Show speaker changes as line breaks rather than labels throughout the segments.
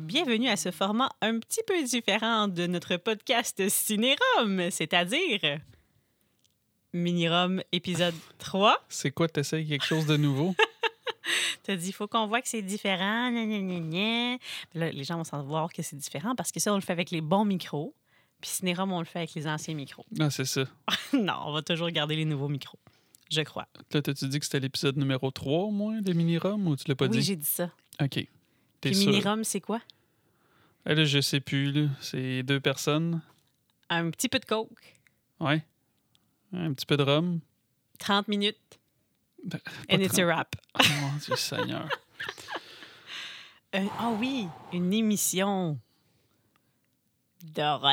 bienvenue à ce format un petit peu différent de notre podcast Cinérum, c'est-à-dire Minirum épisode 3.
C'est quoi, t'essayes quelque chose de nouveau?
T'as dit, il faut qu'on voit que c'est différent. gna, gna, gna, gna. Mais Là, les gens vont s'en voir que c'est différent parce que ça, on le fait avec les bons micros. Puis Cinérum, on le fait avec les anciens micros.
Ah, c'est ça.
non, on va toujours garder les nouveaux micros. Je crois.
Là, t'as-tu dit que c'était l'épisode numéro 3 au moins de Minirum ou tu l'as pas
oui,
dit?
j'ai dit ça.
OK. T'es
Puis
sûr?
Minirum, c'est quoi?
Ah, là, je sais plus, là. C'est deux personnes.
Un petit peu de coke,
Ouais. Un petit peu de rhum.
30 minutes,
Ben, pas
and it's a wrap.
Oh, mon Dieu Seigneur.
Un- Ah oui, une émission d'horreur.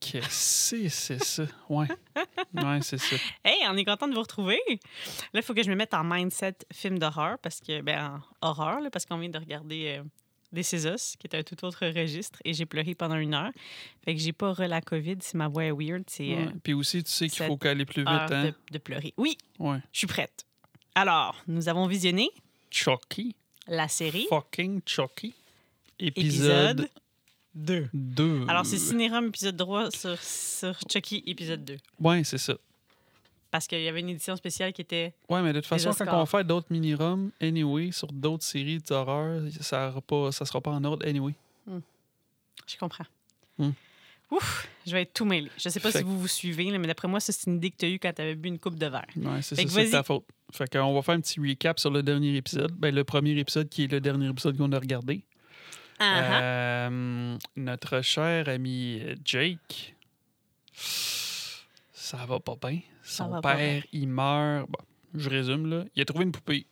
Qu'est-ce que c'est, c'est ça? Ouais. Ouais, c'est ça.
Hey, on est content de vous retrouver. Là, il faut que je me mette en mindset film d'horreur parce que, ben, en horreur, là, parce qu'on vient de regarder euh, Des Us, qui est un tout autre registre, et j'ai pleuré pendant une heure. Fait que j'ai pas re la COVID si ma voix est weird, c'est euh,
Ouais. Puis aussi, tu sais qu'il
cette
faut qu'aller plus vite,
heure
hein?
de, de pleurer. Oui,
Ouais.
je suis prête. Alors, nous avons visionné
Chucky.
la série
Fucking Chucky. Épisode
épisode 2.
2.
Alors, c'est Cinérum épisode 3 sur, sur Chucky épisode 2.
Ouais, c'est ça.
Parce qu'il y avait une édition spéciale qui était
Ouais, mais de toute
Les
façon, quand
Oscars.
on fait d'autres mini-roms, anyway, sur d'autres séries d'horreur, ça aura pas, ça sera pas en ordre, anyway.
Je comprends.
Hmm.
Ouf, je vais être tout mêlé. Je sais pas
Fait
si
que-
vous vous suivez, là, mais d'après moi, ça, c'est une idée que tu as eue quand tu avais bu une coupe de verre.
Ouais, c'est
Fait
ça,
que
c'est
vas-y.
ta faute. Fait qu'on va faire un petit recap sur le dernier épisode. Ben, le premier épisode qui est le dernier épisode qu'on a regardé.
Ah, ah.
Euh, notre cher ami Jake, ça va pas bien.
Ça
Son
va pas
père, il meurt. Bon, je résume, là. Il a trouvé une poupée.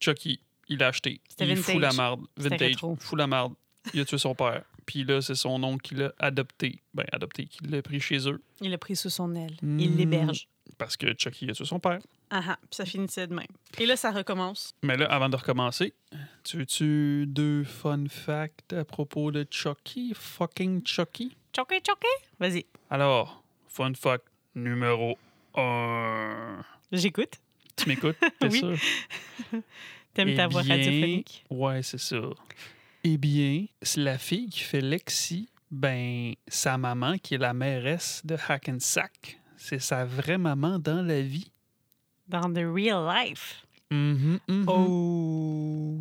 Chucky, il l'a acheté.
C'était
Il fout la
vintage.
marde.
C'était
Vintage,
rétro.
fout la marde. Il a tué son père. Puis là, c'est son oncle qui l'a adopté. Ben, adopté, qui l'a pris chez eux.
Il l'a pris sous son aile.
Hmm.
Il l'héberge.
Parce que Chucky a tué son père.
Ah, ah. Puis ça finissait de même. Et là, ça recommence.
Mais là, avant de recommencer, tu veux-tu deux fun facts à propos de Chucky? Fucking Chucky?
Choqué, choqué. Vas-y,
Alors, fun fact numéro 1.
j'écoute.
Tu m'écoutes, t'es
Oui.
sûr?
T'aimes
Eh
ta voix
bien,
radiophonique.
Ouais, c'est ça. Eh bien, c'est la fille qui fait Lexi, ben, sa maman, qui est la mairesse de Hackensack, c'est sa vraie maman dans la vie.
Dans The Real Life.
Mhm, mhm.
Oh.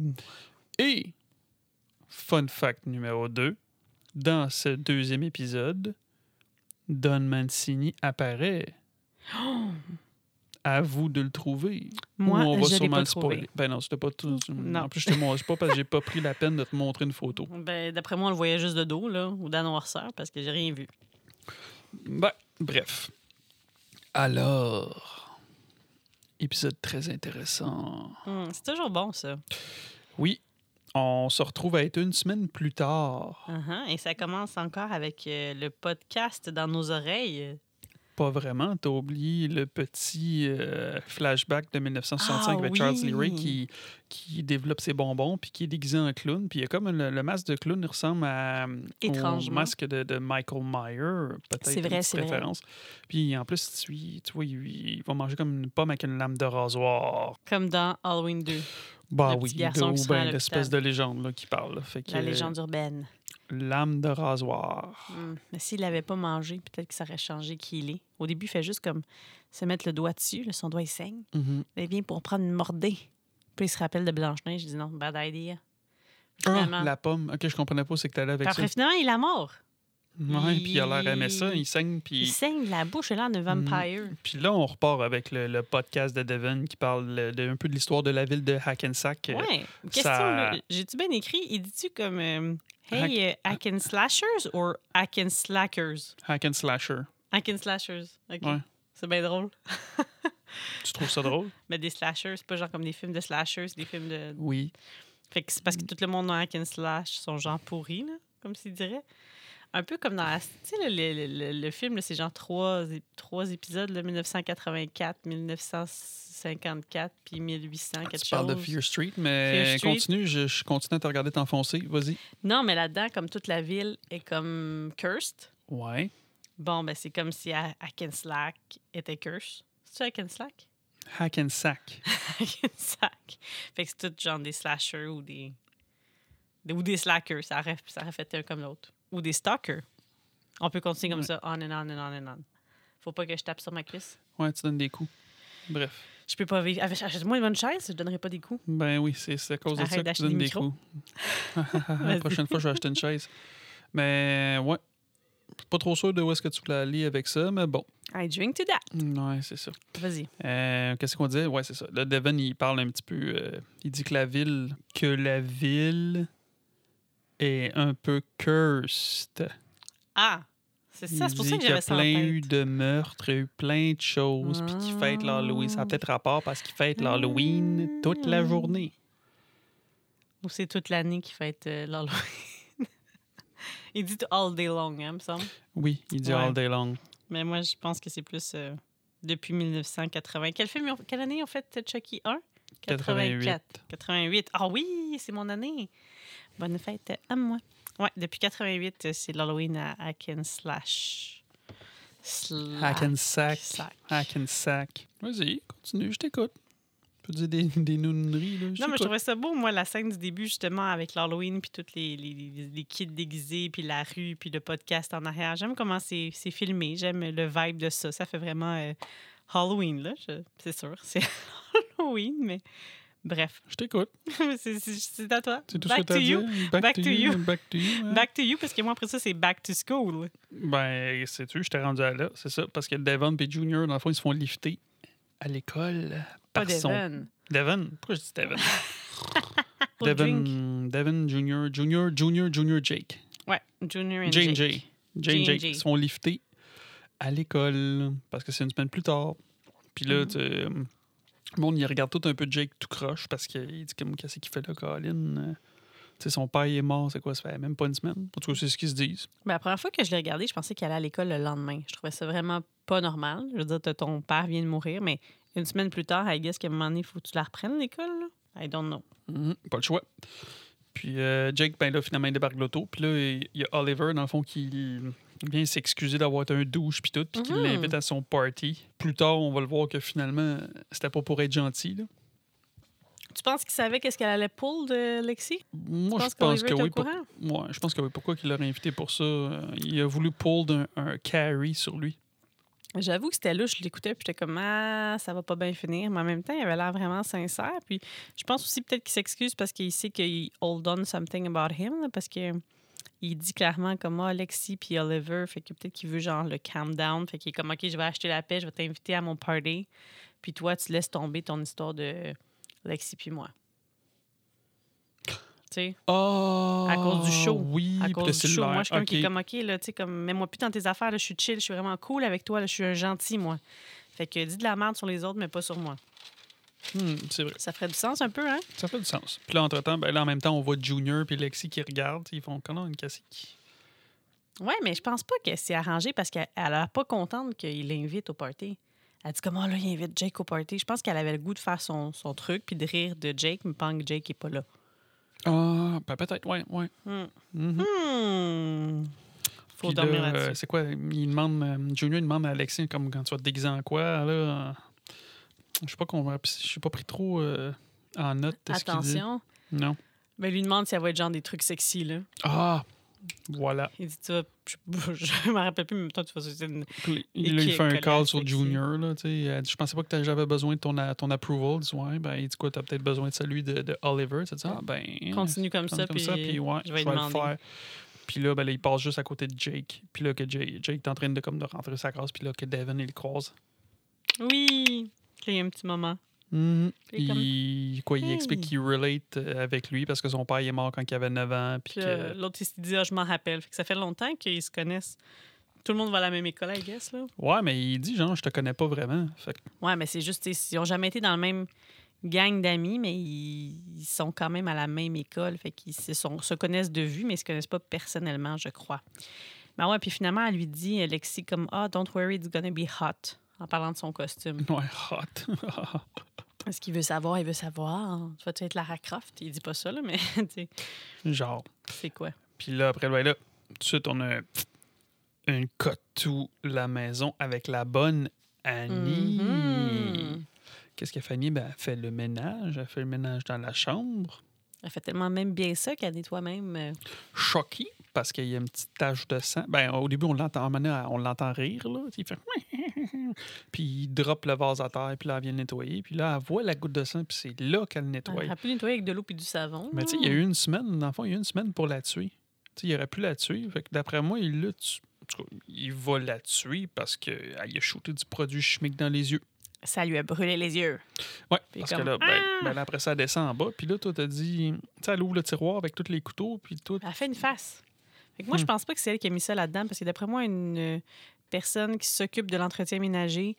Et, fun fact numéro 2, dans ce deuxième épisode, Don Mancini apparaît.
Oh.
À vous de le trouver.
Moi,
Ou on va
je l'ai
sûrement
pas
le
trouvé.
spoiler. Ben non, c'était pas tout.
Non.
En plus, je te montre pas parce que j'ai pas pris la peine de te montrer une photo.
Ben, d'après moi, on le voyait juste de dos, là, ou d'un noirceur, parce que j'ai rien vu.
Ben, bref. Alors, épisode très intéressant.
Hmm, c'est toujours bon, ça.
Oui, on se retrouve à être une semaine plus tard.
Ah, ah. Et ça commence encore avec euh, le podcast dans nos oreilles.
Pas vraiment. T'as oublié le petit euh, flashback de 1965
Ah
avec
oui.
Charles Lee Ray qui, qui développe ses bonbons puis qui est déguisé en clown. Puis il y a comme le, le masque de clown il ressemble à, euh, au
Étrangement.
masque de, de Michael Myers. Peut-être
C'est
une
vrai,
petite
c'est vrai.
référence. Puis en plus, tu, tu vois, il, il va manger comme une pomme avec une lame de rasoir.
Comme dans Halloween 2,
Bah
Le
oui,
petit garçon qui
de,
se rend à
ben, l'espèce de
l'hôpital.
légende là, qui parle. là. Fait que,
la légende urbaine.
Lame de rasoir.
Hmm. Mais s'il l'avait pas mangé, peut-être que ça aurait changé qui il est. Au début, il fait juste comme se mettre le doigt dessus, là, son doigt il saigne.
Mhm.
Là, Il vient pour prendre une mordée. Puis il se rappelle de Blanche-Neige, il dit non, bad idea.
Ah,
Finalement.
la pomme. Ok, je comprenais pas, c'est que t'allais avec ça.
Après, finalement, il la mort.
Ouais, puis il a l'air aimé ça,
Il-
il Hmm, saigne,
Il
puis...
saigne de la bouche, là, de vampire.
Puis là, on repart avec le, le podcast de Devon qui parle euh, de- un peu de l'histoire de la ville de Hackensack. Euh,
Ouais. Question,
ça-
là, j'ai-tu bien écrit? Il dit-tu comme euh, Hey, euh,
Hack-
hack and slashers ou hack and slackers?
Hack and Slasher.
Hack and slashers. OK.
Ouais.
C'est bien drôle.
Tu trouves ça drôle?
Mais des slashers, c'est pas genre comme des films de slashers, c'est des films de.
oui.
Fait que c'est parce que tout le monde dans Hack and Slash sont genre pourris, là, comme s'il dirait. Un peu comme dans. la- Tu sais, le, le- le- le- le film, là, c'est genre trois, é- trois épisodes, là, 1984, 1954, puis 1800, quelque
Ah, Tu
chose.
parles de Fear Street, mais
Fear Street.
continue, je, je continue à te regarder t'enfoncer. Vas-y.
Non, mais là-dedans, comme toute la ville est comme cursed,
Ouais.
bon, ben c'est comme si Ha- Hack and Slack était cursed. C'est-tu Hack and Slack?
Hack and Sack.
Hack and Slack. Fait que c'est tout genre des slashers ou des. Ou des slackers, ça aurait, ça aurait fait un comme l'autre. Ou des stalkers. On peut continuer comme
Ouais.
ça, on and on and on and on. Faut pas que je tape sur ma cuisse.
Ouais, tu donnes des coups. Bref.
Je peux pas vivre. Ah, Avec- Achète-moi une bonne chaise, je donnerai pas des coups.
Ben oui, c'est c'est à cause
Arrête
de ça que tu
d'acheter
donnes
des
des
micros.
coups. La prochaine fois, je vais acheter une chaise. Mais ouais. Je suis Pas trop sûr de où est-ce que tu voulais aller avec ça, mais bon.
I drink to that.
Ouais, c'est ça.
Vas-y.
Euh, Qu'est-ce qu'on disait? Ouais, c'est ça. Là, Devon, il parle un petit peu. euh, il dit que la ville. Que la ville est un peu cursed.
Ah! C'est ça,
Il
c'est pour
dit
ça que
qu'il y
j'avais
a
ça en
plein eu
tête. Ah.
de meurtres, il y a eu plein de choses, puis qu'ils fêtent l'Halloween. Ça a peut-être rapport parce qu'ils fêtent l'Halloween toute la journée.
Ou c'est toute l'année qui fête euh, l'Halloween. Il dit tout all day long, hein, me semble.
Oui, il dit
Ouais.
all day long.
Mais moi, je pense que c'est plus euh, depuis 1980. Quel film, ils ont- quelle année ont fait Chucky 1?
88.
88. Ah oui, c'est mon année. Bonne fête à moi. Ouais, depuis 88, euh, c'est l'Halloween à Hackenslash. Slash.
Hackensack.
Sack.
Hackensack. Vas-y, continue, je t'écoute. Tu peux dire des, des nouneries, là.
Non, mais je
t'écoute.
trouvais ça beau, moi, la scène du début, justement, avec l'Halloween, puis tous les, les, les- les kids déguisés, puis la rue, puis le podcast en arrière. J'aime comment c'est c'est filmé, j'aime le vibe de ça. Ça fait vraiment euh, Halloween, là. je- C'est sûr, c'est Halloween, mais bref.
Je t'écoute.
c'est c'est- c'est à toi.
C'est tout
Back
ce que
to
t'as
you.
à dire. Back, to you. Back to you. hein.
Back to you, parce que moi, après ça, c'est back to school.
Ben, sais-tu, je t'ai rendu à là, c'est ça. Parce que Devon et Junior, dans le fond, ils se font lifter à l'école.
Pas
par son-
d'Evan.
Devon? Pourquoi je dis Devon?
Pour drink.
Devon, Devon Junior, Junior, Junior, Junior Jake.
Ouais, Junior and Jake.
Jane Jay. Jane
Jane
Jay.
Jay.
Ils sont liftés à l'école parce que c'est une semaine plus tard. Puis là, tu- le monde, il regarde tout un peu Jake tout croche parce qu'il dit comme, qu'est-ce qu'il fait là, Colin? Euh, Tu sais, son père il est mort, c'est quoi, ça fait même pas une semaine. En tout cas, c'est ce qu'ils se disent.
Ben, la première fois que je l'ai regardé, je pensais qu'elle allait à l'école le lendemain. Je trouvais ça vraiment pas normal. Je veux dire, t'as- ton père vient de mourir, mais une semaine plus tard, I guess qu'à un moment donné, faut que tu la reprennes, l'école. là. I don't know.
Mhm, Pas le choix. Puis euh, Jake, ben là, finalement, il débarque de l'auto. Puis là, il il y a Oliver, dans le fond, qui vient s'excuser d'avoir été un douche, puis tout, puis qu'il
Mhm.
l'invite à son party. Plus tard, on va le voir que finalement, c'était pas pour être gentil. là.
Tu penses qu'il savait qu'est-ce qu'elle allait pull de Lexi?
Moi,
Tu penses
je pense
qu'Oliver était
que
au
oui. pour-
courant?
Moi, je pense que oui. Pourquoi qu'il l'aurait invité pour ça? Euh, Il a voulu pull d'un un carry sur lui.
J'avoue que c'était louche. Je l'écoutais, puis j'étais comme, ah, ça va pas bien finir. Mais en même temps, il avait l'air vraiment sincère. Puis je pense aussi peut-être qu'il s'excuse parce qu'il sait qu'il hold on something about him, là, parce que euh, il dit clairement comme, ah, Lexi puis Oliver, fait que peut-être qu'il veut genre le calm down. Fait qu'il est comme, OK, je vais acheter la paix, je vais t'inviter à mon party. Puis toi, tu laisses tomber ton histoire de Lexi puis moi. Tu sais?
Oh!
cause du show.
Oui,
à
puis le
cause du show.
cellulaire.
Moi, je suis comme, qui est
Ok.
comme, OK, là, tu sais, comme, mets-moi plus dans tes affaires, là, je suis chill, je suis vraiment cool avec toi, là, je suis un gentil, moi. Fait que dis de la merde sur les autres, mais pas sur moi.
Hmm, c'est vrai.
Ça ferait du sens un peu, hein?
Ça fait du sens. Puis là, entre-temps, ben là, en même temps, on voit Junior puis Lexi qui regardent. Ils font comment une cassique?
Ouais, mais je pense pas que c'est arrangé parce qu'elle elle a l'air pas contente qu'il l'invite au party. Elle dit comment là, il invite Jake au party. Je pense qu'elle avait le goût de faire son, son truc puis de rire de Jake, mais pendant que Jake est pas là.
Ah, ben peut-être, ouais, ouais.
Hmm.
Mhm.
Hmm. Faut
Puis
dormir
là, euh,
là-dessus.
C'est quoi? Il demande, euh, Junior il demande à Alexis, comme quand tu vas te déguiser en quoi, là. euh, Je sais pas qu'on va- Je suis pas pris trop euh, en note de ce qu'il dit.
Attention.
Non.
Ben, lui demande si elle va être genre des trucs sexy, là.
Ah! Voilà.
Il dit, tu vas. Je, je me rappelle plus, mais toi, tu vas sortir une-
Puis là,
Et
Il,
qui
il
est
fait un
collé à
call sur
Sexy.
Junior. Là, tu sais, elle dit, je pensais pas que t'as- j'avais besoin de ton, a- ton approval. Il dit, ouais, ben, il dit quoi, t'as peut-être besoin de celui de, de Oliver. Tu dis, ah, ben,
Continue comme
continue
ça, puis,
ouais,
je vais lui
le
demander.
faire. Puis là, ben, là, il passe juste à côté de Jake. Puis là, que Jake, Jake est en train de, comme, de rentrer sa case. Puis là, que Devin, il le croise.
Oui, il y a un petit moment.
Mhm.
Puis il est comme-
Il, quoi, il
Hey.
explique qu'il relate euh, avec lui parce que son père il est mort quand il avait 9 ans. Puis
Puis
que...
euh, l'autre, il s'est dit, Ah, je m'en rappelle. Fait que ça fait longtemps qu'ils se connaissent. Tout le monde va à la même école, I guess, là.
Ouais, mais il dit, genre, je te connais pas vraiment. Fait que-
Ouais, mais c'est juste, tu sais, ils ont jamais été dans le même gang d'amis, mais ils, ils sont quand même à la même école. Fait qu'ils se, sont- se connaissent de vue, mais ils se connaissent pas personnellement, je crois. Ben ouais, puis finalement, elle lui dit, euh, Lexi, comme, ah, don't worry, it's gonna be hot, en parlant de son costume.
ouais, hot.
Est-ce qu'il veut savoir? Il veut savoir. Tu vas-tu être Lara Croft? Il dit pas ça, là, mais tu sais,
genre.
c'est quoi?
Puis là, après, ben là, tout de suite, on a une cote tout la maison avec la bonne Annie.
Mhm.
Qu'est-ce que Fanny? Ben, elle fait le ménage. Elle fait le ménage dans la chambre.
Elle fait tellement même bien ça qu'elle est toi-même. euh,
Shocky, parce qu'il y a une petite tache de sang. Ben, au début, on l'entend à un moment donné, on l'entend rire, là. Il fait. Puis il drop le vase à terre, puis là, elle vient le nettoyer. Puis là, elle voit la goutte de sang, puis c'est là qu'elle le nettoie.
Elle a pu nettoyer avec de l'eau puis du savon.
Mais tu sais, il y a eu une semaine, dans le fond, il y a eu une semaine pour la tuer. Tu sais, il aurait pu la tuer. Fait que d'après moi, il l'a tu- En tout cas, il va la tuer parce qu'elle lui a shooté du produit chimique dans les yeux.
Ça lui a brûlé les yeux.
Ouais,
Puis
parce
comme, ah!
que là, ben, ben là, après ça, elle descend en bas. Puis là, toi, t'as dit... Tu sais, elle ouvre le tiroir avec tous les couteaux, puis tout.
Elle fait une face. Fait que moi,
Hmm.
je pense pas que c'est elle qui a mis ça là-dedans, parce que d'après moi, une euh, personne qui s'occupe de l'entretien ménager,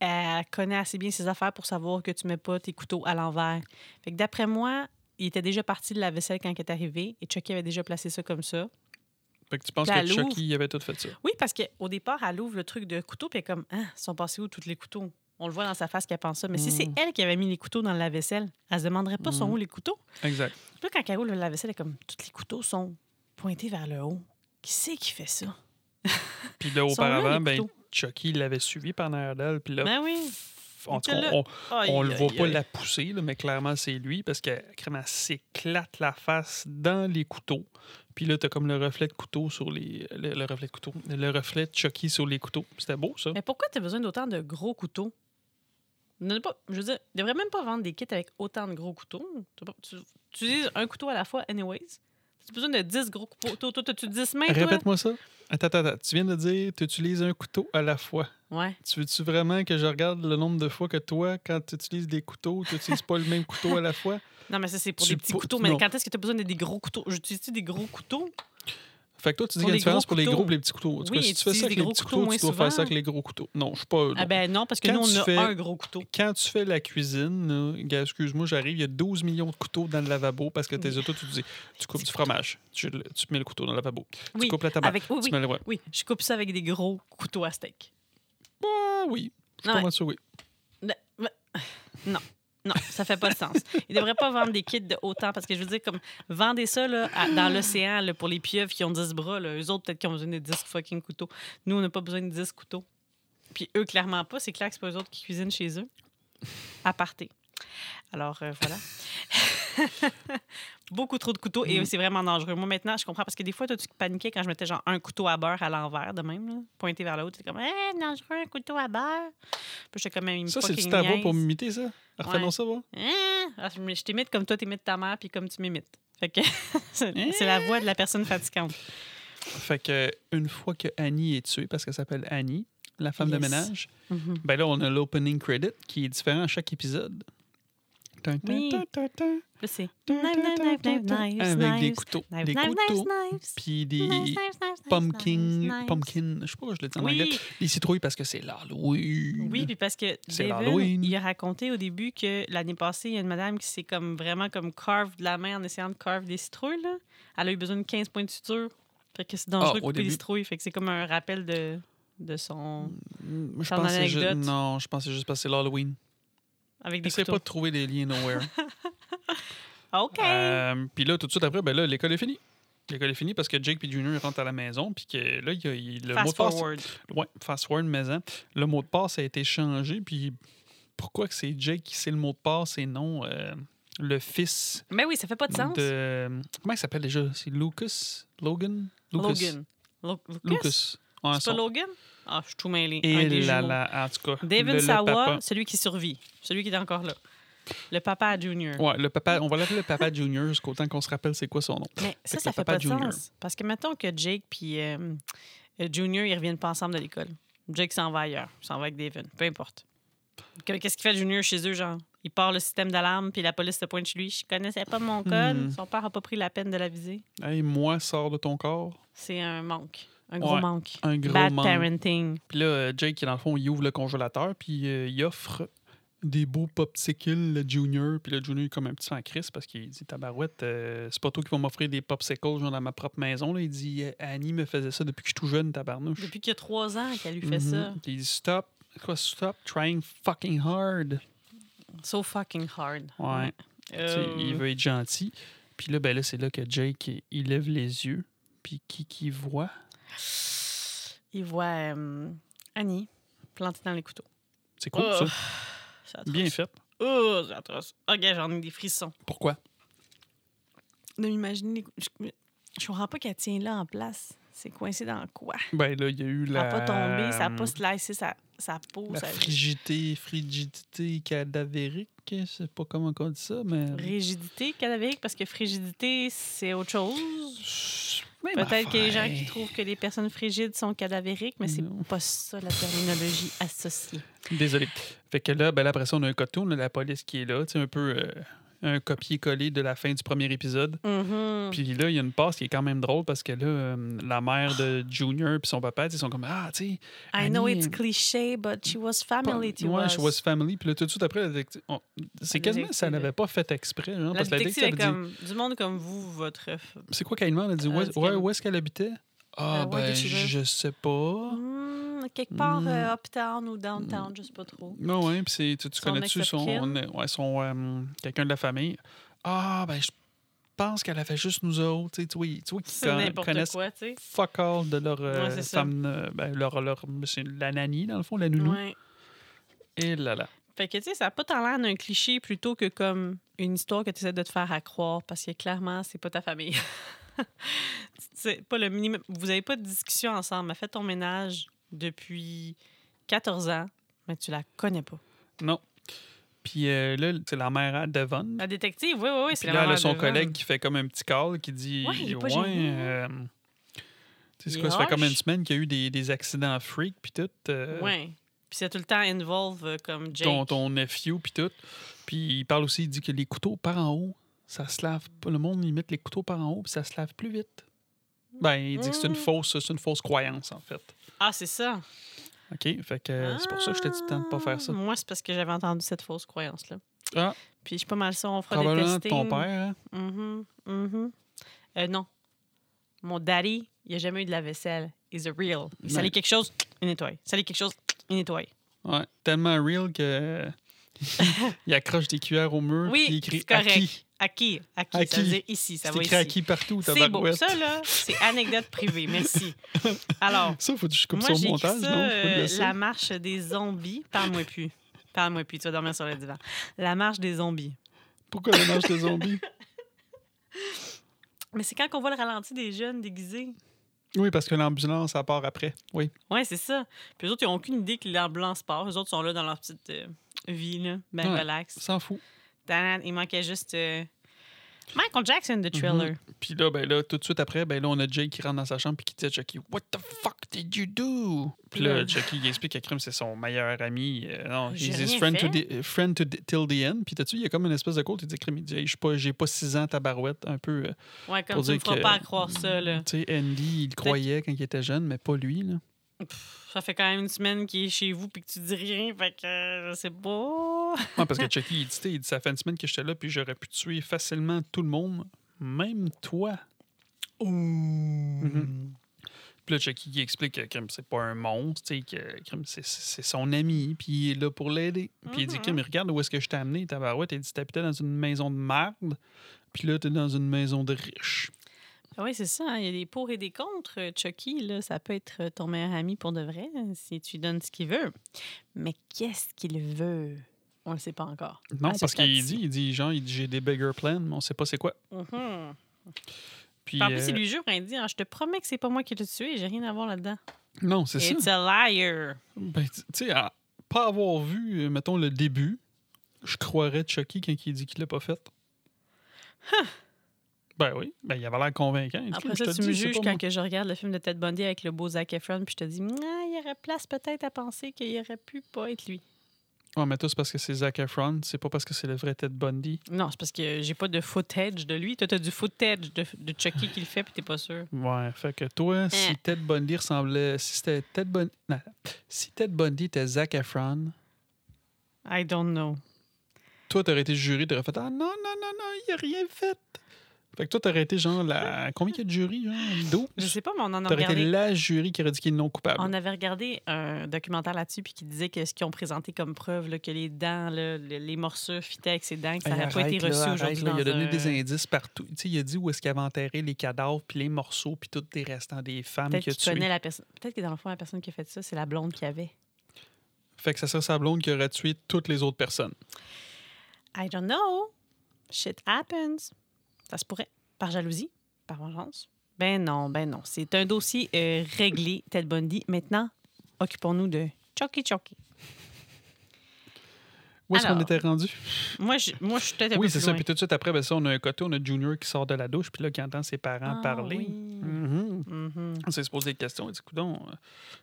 elle connaît assez bien ses affaires pour savoir que tu mets pas tes couteaux à l'envers. Fait que d'après moi, il était déjà parti de la vaisselle quand il est arrivé, et Chucky avait déjà placé ça comme ça.
Fait que tu penses
Puis
que
Ben, elle ouvre.
Chucky il avait tout fait ça.
Oui, parce qu'au départ, elle ouvre le truc de couteau, puis elle est comme, ah, ils sont passés où tous les couteaux? On le voit dans sa face qu'elle pense ça. Mais si c'est
Hmm.
elle qui avait mis les couteaux dans la vaisselle, elle se demanderait pas sont
Hmm.
où les couteaux.
Exact.
Puis Là, quand Caro le lave-vaisselle, elle est comme tous les couteaux sont pointés vers le haut. Qui c'est qui fait ça?
Puis là,
Ils sont là,
auparavant,
les
ben,
couteaux.
Chucky l'avait suivi par derrière d'elle. Puis là,
Ben oui.
en
il
tout
était
cas,
là.
on, on le
Aïe,
voit
aïe,
pas
aïe.
la pousser, là, mais clairement, c'est lui parce qu'elle crème, elle s'éclate la face dans les couteaux. Puis là, t'as comme le reflet de couteau sur les. Le, le reflet de couteau. Le reflet de Chucky sur les couteaux. C'était beau, ça.
Mais pourquoi t'as besoin d'autant de gros couteaux? Ne- ne pas- je veux dire, tu devrais même pas vendre des kits avec autant de gros couteaux. T'as pas- Tu, tu utilises un couteau à la fois, anyways. T'as besoin de 10 gros couteaux. Toi, t'as-tu 10 mains, toi?
Répète-moi ça. Attends, attends, attends. Tu viens de dire, tu utilises un couteau à la fois.
Ouais.
Tu veux-tu vraiment que je regarde le nombre de fois que toi, quand tu utilises des couteaux, tu n'utilises pas le même couteau à la fois?
Non, mais ça, c'est pour
Tu
des petits
pou-
couteaux. Mais
non.
quand est-ce que t'as besoin de des gros couteaux? J'utilise-tu des gros couteaux?
Fait que toi, tu dis
Pour
qu'il y a une
les gros
différence pour les
couteaux.
gros et les petits couteaux. En tout
Oui,
cas, si tu fais
utilise
ça avec
les
les
gros
petits
couteaux
couteaux,
moins
tu dois faire
souvent.
ça avec les gros couteaux. Non, je suis pas.
Ah
non.
ben non, parce que
Quand
nous, on
tu
a
fais-
un gros couteau.
Quand tu fais la cuisine, là, gars, excuse-moi, j'arrive, il y a 12 millions de couteaux dans le lavabo parce que tes autos, tu dis, tu coupes du fromage, tu, le- tu mets le couteau dans le lavabo,
Oui,
tu coupes la tomate,
Avec... Oui,
tu
oui,
mets le... ouais.
oui. Je coupe ça avec des gros couteaux à steak.
Ah oui, je suis
Non,
pas
mais-
mal sûr, oui.
Ne- me- Non. Non, ça fait pas de sens. Ils devraient pas vendre des kits de autant parce que je veux dire, comme vendez ça là, à- dans l'océan là, pour les pieuvres qui ont 10 bras. Là. Eux autres, peut-être qu'ils ont besoin de 10 fucking couteaux. Nous, on n'a pas besoin de 10 couteaux. Puis eux, clairement pas. C'est clair que c'est pas eux autres qui cuisinent chez eux. À parté. Alors, euh, voilà. Beaucoup trop de couteaux et
Mm.
c'est vraiment dangereux. Moi, maintenant, je comprends parce que des fois, toi, tu paniquais quand je mettais genre un couteau à beurre à l'envers de même, là, pointé vers l'autre. C'était comme, eh, dangereux, un couteau à beurre. Puis j'étais Ah, quand même
Ça, c'est du tabac pour m'imiter, ça? Refais-nous
Ouais.
ça, va?
Hein? Ah, Je je t'imite comme toi, t'imites ta mère, puis comme tu m'imites. Fait que c'est
Hein?
c'est la voix de la personne fatigante.
Fait que, une fois que Annie est tuée, parce qu'elle s'appelle Annie, la femme de
Yes.
ménage, ben là, on a l'opening credit qui est différent à chaque épisode. Tin, tin,
Oui.
tin, tin, tin,
Là, c'est
tin,
Knives,
tin,
knives,
tin,
knives,
tin,
knives,
Avec des
knives,
couteaux.
knives,
Des
knives,
couteaux.
knives,
Puis
knives,
des
knives, knives, knives,
pumpkin,
knives.
pumpkin, je sais pas comment je le dis en anglais.
Oui,
Les citrouilles parce que c'est l'Halloween.
oui, puis parce que
C'est
Devin,
l'Halloween.
il a raconté au début que l'année passée, il y a une madame qui s'est comme vraiment comme carve de la main en essayant de carve des citrouilles. Là. Elle a eu besoin de 15 points de suture. Fait que c'est dangereux
Ah,
de
au
couper des
début.
citrouilles. Fait que c'est comme un rappel de, de son...
Mm, Je
Ton
pensais ju-
anecdote.
non, je pensais juste parce que c'est l'Halloween.
Avec des
J'essaie
couteaux. Ah,
pas de trouver des liens nowhere.
OK!
Euh, puis là, tout de suite après, ben là, l'école est finie. L'école est finie parce que Jake et Junior rentrent à la maison puis que là, il y a, il- le mot
Fast
de passe.
forward.
Ouais, fast forward maison. Le mot de passe a été changé puis pourquoi que c'est Jake qui sait le mot de passe et non euh, le fils
Mais oui, ça fait pas de sens.
de comment il s'appelle déjà C'est Lucas, Logan, Lucas,
Logan. Lo- Lucas?
Lucas. Ouais,
C'est pas
son-
Logan? Ah, je suis tout mêlé.
Et là, là, en tout cas, le-
David
le papa-
Sawa, celui qui survit. Celui qui est encore là. Le papa à Junior.
Ouais, le papa, on va l'appeler le papa Junior jusqu'au temps qu'on se rappelle c'est quoi son nom.
Mais ça,
que
ça
le
fait
papa
pas de
Junior.
sens. Parce que mettons que Jake puis euh, euh, Junior, ils reviennent pas ensemble de l'école. Jake s'en va ailleurs. Il s'en va avec David. Peu importe. Que- Qu'est-ce qu'il fait Junior chez eux, genre? Il part le système d'alarme, puis la police se pointe chez lui. Je connaissais pas mon code.
Hmm.
Son père a pas pris la peine de l'aviser.
Hey, moi, sors de ton corps.
C'est un manque. Un gros
Ouais.
manque.
Un gros
Bad
manque.
parenting.
Puis là, euh, Jake, dans le fond, il ouvre le congélateur, puis euh, il offre des beaux popsicles à Junior. Puis là, Junior est comme un petit en crise parce qu'il dit Tabarouette, euh, c'est pas toi qui vas m'offrir des popsicles genre, dans ma propre maison. Là. Il dit euh, Annie me faisait ça depuis que je suis tout jeune, tabarnouche.
Depuis qu'il y a trois ans qu'elle lui fait ça.
Mhm. Puis il dit Stop, quoi, stop trying fucking hard.
So fucking hard. Euh,
Ouais. Tu
Oh.
sais, Il veut être gentil. Puis là, ben là c'est là que Jake, il- il lève les yeux. Puis qui qui voit?
Il voit euh, Annie plantée dans les couteaux.
C'est cool,
Oh,
ça.
C'est atroce.
Bien fait.
Oh, c'est atroce. Ok, j'en ai des frissons.
Pourquoi?
de m'imaginer. les- Je, je comprends pas qu'elle tient là en place. C'est coincé dans quoi?
Ben là, il y a eu
Ça
la. hum,
n'a pas tombé, ça n'a pas slicé sa, sa peau.
La
sa-
frigidité, frigidité cadavérique, je sais pas comment on dit ça, mais.
Rigidité cadavérique, parce que frigidité, c'est autre chose.
Même
Peut-être qu'il y a des gens
affaire.
qui trouvent que les personnes frigides sont cadavériques, mais c'est
Non.
pas ça la terminologie associée.
Désolé. Fait que là, ben là, après ça, on a un coteau, on a la police qui est là, tu sais, un peu euh, un copier-coller de la fin du premier épisode.
Mhm.
Mm-hmm. Puis là, il y a une passe qui est quand même drôle parce que là, euh, la mère de
Ah!
Junior puis son papa, tu sais, ils sont comme Ah, tu sais,
I know
Annie,
it's
euh,
cliché, but she was family to
ouais,
us.
she was family. Puis là, tout de suite après, la détective- on- c'est
La
quasiment ça
détective.
n'avait pas fait exprès. Genre,
La
parce que la
détective est
détective, elle dit
comme du monde comme vous, votre. f-
C'est quoi qu'elle demande Elle dit
Elle
Ouais,
dit
ouais,
qu'elle-
Où est-ce qu'elle habitait Ah,
Euh, where
ben,
did she live?
je sais pas.
Hmm, quelque part
Hmm.
euh, uptown ou downtown,
Mm.
je sais pas trop.
Non, Bah ouais, puis c'est- tu, tu
Son
connais-tu son,
ex-ex-kin?
ouais, son euh, quelqu'un de la famille? Ah, ben, je pense qu'elle a fait juste nous autres. Tu sais, tu vois, tu vois qu'ils
C'est
con-
n'importe
connaissent
quoi, tu sais.
fuck all de leur euh,
Ouais, c'est ça.
femme, euh, ben, leur, leur, c'est la nanny, dans le fond, la nounou.
Ouais.
Et là, là.
Fait que, tu sais, ça n'a pas tant l'air d'un cliché plutôt que comme une histoire que tu essaies de te faire à croire parce que clairement, c'est pas ta famille. c'est pas le minimum. Vous n'avez pas de discussion ensemble. Elle fait ton ménage depuis 14 ans, mais tu la connais pas.
Non. Puis euh, là, c'est la mère à Devon.
La détective, oui, oui, oui, c'est la
Puis là, elle
maman
a son
de Van.
collègue qui fait comme un petit call qui dit
Ouais, il est pas
Ouais,
gêné.
euh, tu sais, c'est
Il
quoi, ça fait comme
hoche.
une semaine qu'il y a eu des, des accidents freak, puis tout. euh,
Ouais. Puis c'est tout le temps involve euh, comme Jake.
ton, ton nephew, puis tout. Puis il parle aussi, il dit que les couteaux par en haut, ça se lave pas. Le monde, ils mettent les couteaux par en haut, puis ça se lave plus vite. Ben, il dit que c'est une
Mm.
fausse, c'est une fausse croyance, en fait.
Ah, c'est ça.
OK? Fait que euh, c'est pour ça que je t'ai dit de temps de pas faire ça.
Ah, Moi, c'est parce que j'avais entendu cette fausse croyance-là.
Ah.
Puis je suis pas mal ça, on fera des
Probablement
testings.
ton père, hein?
Mhm, mhm. Euh, non. Mon daddy, il a jamais eu de la vaisselle. He's a real. Il
Ouais.
salait quelque chose, il nettoie. Il salait quelque chose, il nettoie.
Ouais, tellement real que. il accroche des cuillères au mur,
Oui,
puis il crie
c'est correct.
À qui?
À qui? À qui?
À
ça veut
qui?
dire ici, ça
C'est
va
écrit à
ici.
qui partout, ta
C'est beau. Ça, là, c'est anecdote privée. Merci. Alors,
Ça, faut que je coupe
moi,
son
j'ai écrit ça,
montage, non? Faut le
euh,
laisser.
La marche des zombies. Parle-moi plus. Parle-moi plus. Tu vas dormir sur le divan. La marche des zombies.
Pourquoi la marche des zombies?
Mais c'est quand qu'on voit le ralenti des jeunes déguisés.
Oui, parce que l'ambulance, ça part après. Oui.
Ouais, c'est ça. Puis eux autres, ils n'ont aucune idée que l'ambulance part. Eux autres sont là dans leur petite euh, vie, là, ben
Ouais.
relax.
S'en fout.
Tanan, il manquait juste euh, Michael Jackson de
Mm-hmm.
Thriller.
Puis là, ben là, tout de suite après, ben là, on a Jake qui rentre dans sa chambre puis qui dit à Chucky, What the fuck did you do? Puis là,
Mm.
Chucky, il explique que Crime, c'est son meilleur ami. Euh, non,
J'ai
he's his
rien
friend, to
fait.
the- euh, friend to the- till the end. Puis t'as-tu, il y a comme une espèce de côte, il dit Crime, il dit, Hey, je suis pas- j'ai pas 6 ans ta barouette, un peu. euh,
Ouais, comme
Pour
tu ne
dire
feras
que-
pas à croire ça, là.
tu sais, Andy, il croyait quand il était jeune, mais pas lui, là.
Pff, Ça fait quand même une semaine qu'il est chez vous puis que tu dis rien, fait que euh, je sais pas.
Ouais, parce que Chucky, il dit, t'sais, il dit, ça fait une semaine que j'étais là, puis j'aurais pu tuer facilement tout le monde, même toi. Mhm. Puis là, Chucky, il explique que Crime, c'est pas un monstre, t'sais, que Crime, c'est- c'est c'est son ami, puis il est là pour l'aider. Puis il dit,
Mhm.
Crime, regarde où est-ce que je t'ai amené, tabarouette. Il dit, t'habitais dans une maison de merde, puis là, t'es dans une maison de riche.
Ah oui, c'est ça. hein, Il y a des pour et des contre. euh, Chucky, là, ça peut être euh, ton meilleur ami pour de vrai hein, si tu lui donnes ce qu'il veut. Mais qu'est-ce qu'il veut? On le sait pas encore.
Non,
Ah, c'est
parce qu'il
peut-être
dit, il dit, genre, il dit, j'ai des bigger plans, mais on sait pas c'est quoi.
Mhm.
Puis,
en plus,
euh,
il lui jure, il dit, Ah, je te promets que c'est pas moi qui l'ai tué, j'ai rien à voir là-dedans.
Non, c'est ça.
It's a liar.
Ben, tu tu sais, à pas avoir vu, euh, mettons, le début, je croirais Chucky quand il dit qu'il l'a pas fait. Ben oui, ben il avait l'air convaincant. et tout,
Après
je
ça,
te
tu me
dis, c'est
juges
pas
quand
moi.
que je regarde le film de Ted Bundy avec le beau Zac Efron, puis je te dis, Mouah, il y aurait place peut-être à penser qu'il aurait pu pas être lui.
Ouais, mais toi, c'est parce que c'est Zac Efron, c'est pas parce que c'est le vrai Ted Bundy.
Non, c'est parce que j'ai pas de footage de lui. Toi, t'as du footage de, de Chucky qui le fait, puis t'es pas sûr.
Ouais, fait que toi, si
Hein.
Ted Bundy ressemblait. Si c'était Ted Bundy. non, si Ted Bundy était Zac Efron,
I don't know.
toi, t'aurais été juré, t'aurais fait Ah non, non, non, non, il a rien fait. Fait que toi, t'aurais été genre la. Combien il y a de jurys, genre 12
Je sais pas, mais on en a
T'aurais été
regardé.
la jury qui aurait dit qu'il est non coupable.
On avait regardé un documentaire là-dessus, puis qui disait que ce qu'ils ont présenté comme preuve, là, que les dents, là, le- les morceaux fitaient avec ses dents, que ça
Hey,
n'aurait pas
arrête,
été
là,
reçu
arrête,
aujourd'hui.
là. Il a
dans
donné
un-
des indices partout. Tu sais, il a dit où est-ce qu'il avait enterré les cadavres, puis les morceaux, puis tous les restants des femmes
Peut-être
qu'il a
qu'il
tuées.
connaît la personne. Peut-être que dans le fond, la personne qui a fait ça, c'est la blonde qu'il y avait.
Fait que ça serait sa blonde qui aurait tué toutes les autres personnes.
I don't know. Shit happens. Ça se pourrait. Par jalousie? Par vengeance? Ben non, ben non. C'est un dossier euh, réglé, Ted Bundy. Maintenant, occupons-nous de Chucky Chucky.
Où est-ce qu'on
Alors.
était rendu?
Moi, je, moi, je suis peut-être un
Oui,
peu
c'est
plus
ça.
loin.
Puis tout de suite après, ben ça, on a un côté, on a Junior qui sort de la douche, puis là, qui entend ses parents
Ah,
parler.
oui.
Mhm.
Mhm.
On s'est posé des questions. Il dit, coudon, euh,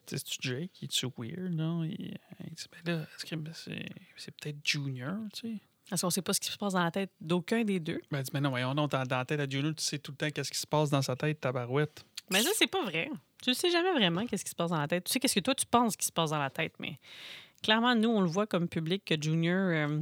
tu sais, c'est-tu Jake? Il est-tu weird? Non? Il, il dit, ben là, est-ce que ben, c'est, c'est peut-être Junior, tu sais?
Parce qu'on ne sait pas ce qui se passe dans la tête d'aucun des deux.
Ben, il dit, mais non, voyons, non, dans dans la tête à Junior, tu sais tout le temps qu'est-ce qui se passe dans sa tête, tabarouette.
Mais ça, c'est pas vrai. Tu ne sais jamais vraiment qu'est-ce qui se passe dans la tête. Tu sais qu'est-ce que toi, tu penses qui se passe dans la tête, mais clairement, nous, on le voit comme public que Junior, euh,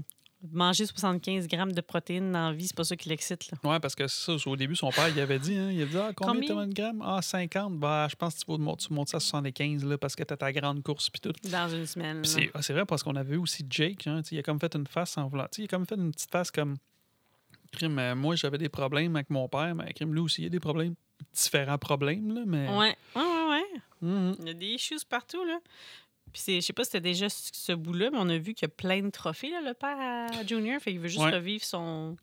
manger 75 grammes de protéines dans la vie, c'est pas ça qui l'excite. là.
Ouais, parce que ça, au début, son père, il avait dit, hein, il a dit, ah, combien,
Combien?
t'as de grammes? Ah, 50. Bah, je pense que tu, vas monter- tu montes ça à 75, là, parce que t'as ta grande course, puis tout.
Dans une semaine.
Puis c'est- ah, c'est vrai parce qu'on avait vu aussi Jake, hein, tu sais, il a comme fait une face en voulant. tu sais, Il a comme fait une petite face comme Crime, euh, moi j'avais des problèmes avec mon père, mais Crime, lui aussi, il y a des problèmes. Différents problèmes, là, mais.
Ouais, ouais, ouais, ouais.
Mhm.
Il y a des issues partout, là. Puis c'est- je sais pas si c'était déjà ce ce bout-là, mais on a vu qu'il y a plein de trophées, là, le père à Junior. Fait qu'il veut juste
Ouais.
revivre son,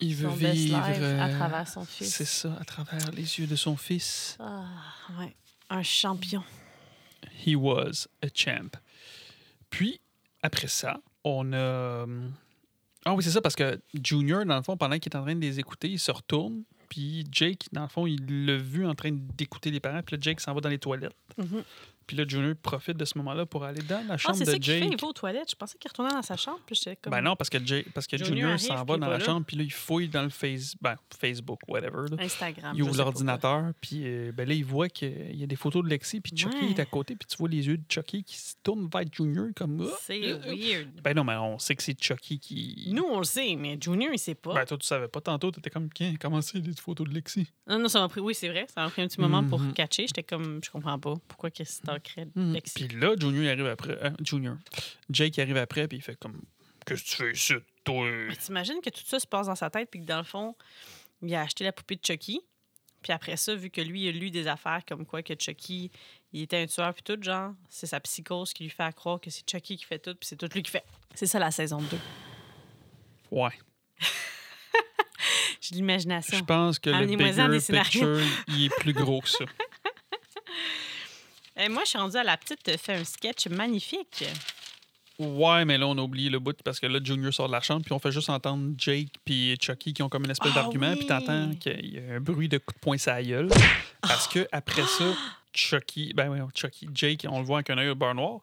Il veut
son best
vivre.
life à
euh,
travers son fils.
C'est ça, à travers les yeux de son fils.
Ah, ouais. Un champion.
He was a champ. Puis, après ça, on a. euh, Ah oui, c'est ça, parce que Junior, dans le fond, pendant qu'il est en train de les écouter, il se retourne. Puis Jake, dans le fond, il l'a vu en train d'écouter les parents. Puis là, Jake s'en va dans les toilettes.
Mhm.
Puis là, Junior profite de ce moment-là pour aller dans la
Ah,
chambre
c'est ça
de
qu'il fait,
Jake.
il va aux toilettes. Je pensais qu'il retournait dans sa chambre. Puis j'étais comme...
Ben non, parce que, Jake- parce que
Junior
Junior
arrive, puis
s'en
il
va
est
dans
pas
la
là.
chambre, puis là, il fouille dans le face... ben, Facebook, whatever. là.
Instagram. Ah,
Il
je
ouvre
sais pas
l'ordinateur, puis euh, ben là, il voit qu'il y a des photos de Lexi, puis Chucky
Ouais.
est à côté, puis tu vois les yeux de Chucky qui se tournent vers Junior comme...
pourquoi.
Ah!
C'est weird.
Ben non, mais on sait que c'est Chucky qui...
Nous, on le sait, mais Junior, il sait pas.
Ben toi, tu savais pas tantôt, t'étais comme, Tiens, comment c'est les photos de Lexi?
Non, non, ça m'a pris. Oui, c'est vrai. Ça m'a pris un petit moment pour
Mhm.
catcher. J'étais comme, je comprends pas. Pourquoi qu'il se tanquerait Mm. Lexi?
Puis là, Junior il arrive après. euh, Junior. Jake il arrive après, puis il fait comme, qu'est-ce que tu fais ici, toi?
Mais t'imagines que tout ça se passe dans sa tête, puis que dans le fond, il a acheté la poupée de Chucky. Puis après ça, vu que lui, il a lu des affaires comme quoi que Chucky, il était un tueur, puis tout, genre, c'est sa psychose qui lui fait à croire que c'est Chucky qui fait tout, puis c'est tout lui qui fait. C'est ça la saison 2.
Ouais.
J'ai de l'imagination.
Je pense que le
Amenez-moi-en des
bigger
scénarios.
picture, il est plus gros que ça.
Eh, moi, je suis rendue à la petite, euh, fait un sketch magnifique.
Ouais, mais là, on a oublié le bout parce que là, Junior sort de la chambre, puis on fait juste entendre Jake puis Chucky qui ont comme une espèce
Ah
d'argument,
oui!
puis t'entends qu'il y a un bruit de coup de poing sur la gueule. Parce que après ça, Chucky, ben oui, Chucky, Jake, on le voit avec un œil au beurre noir.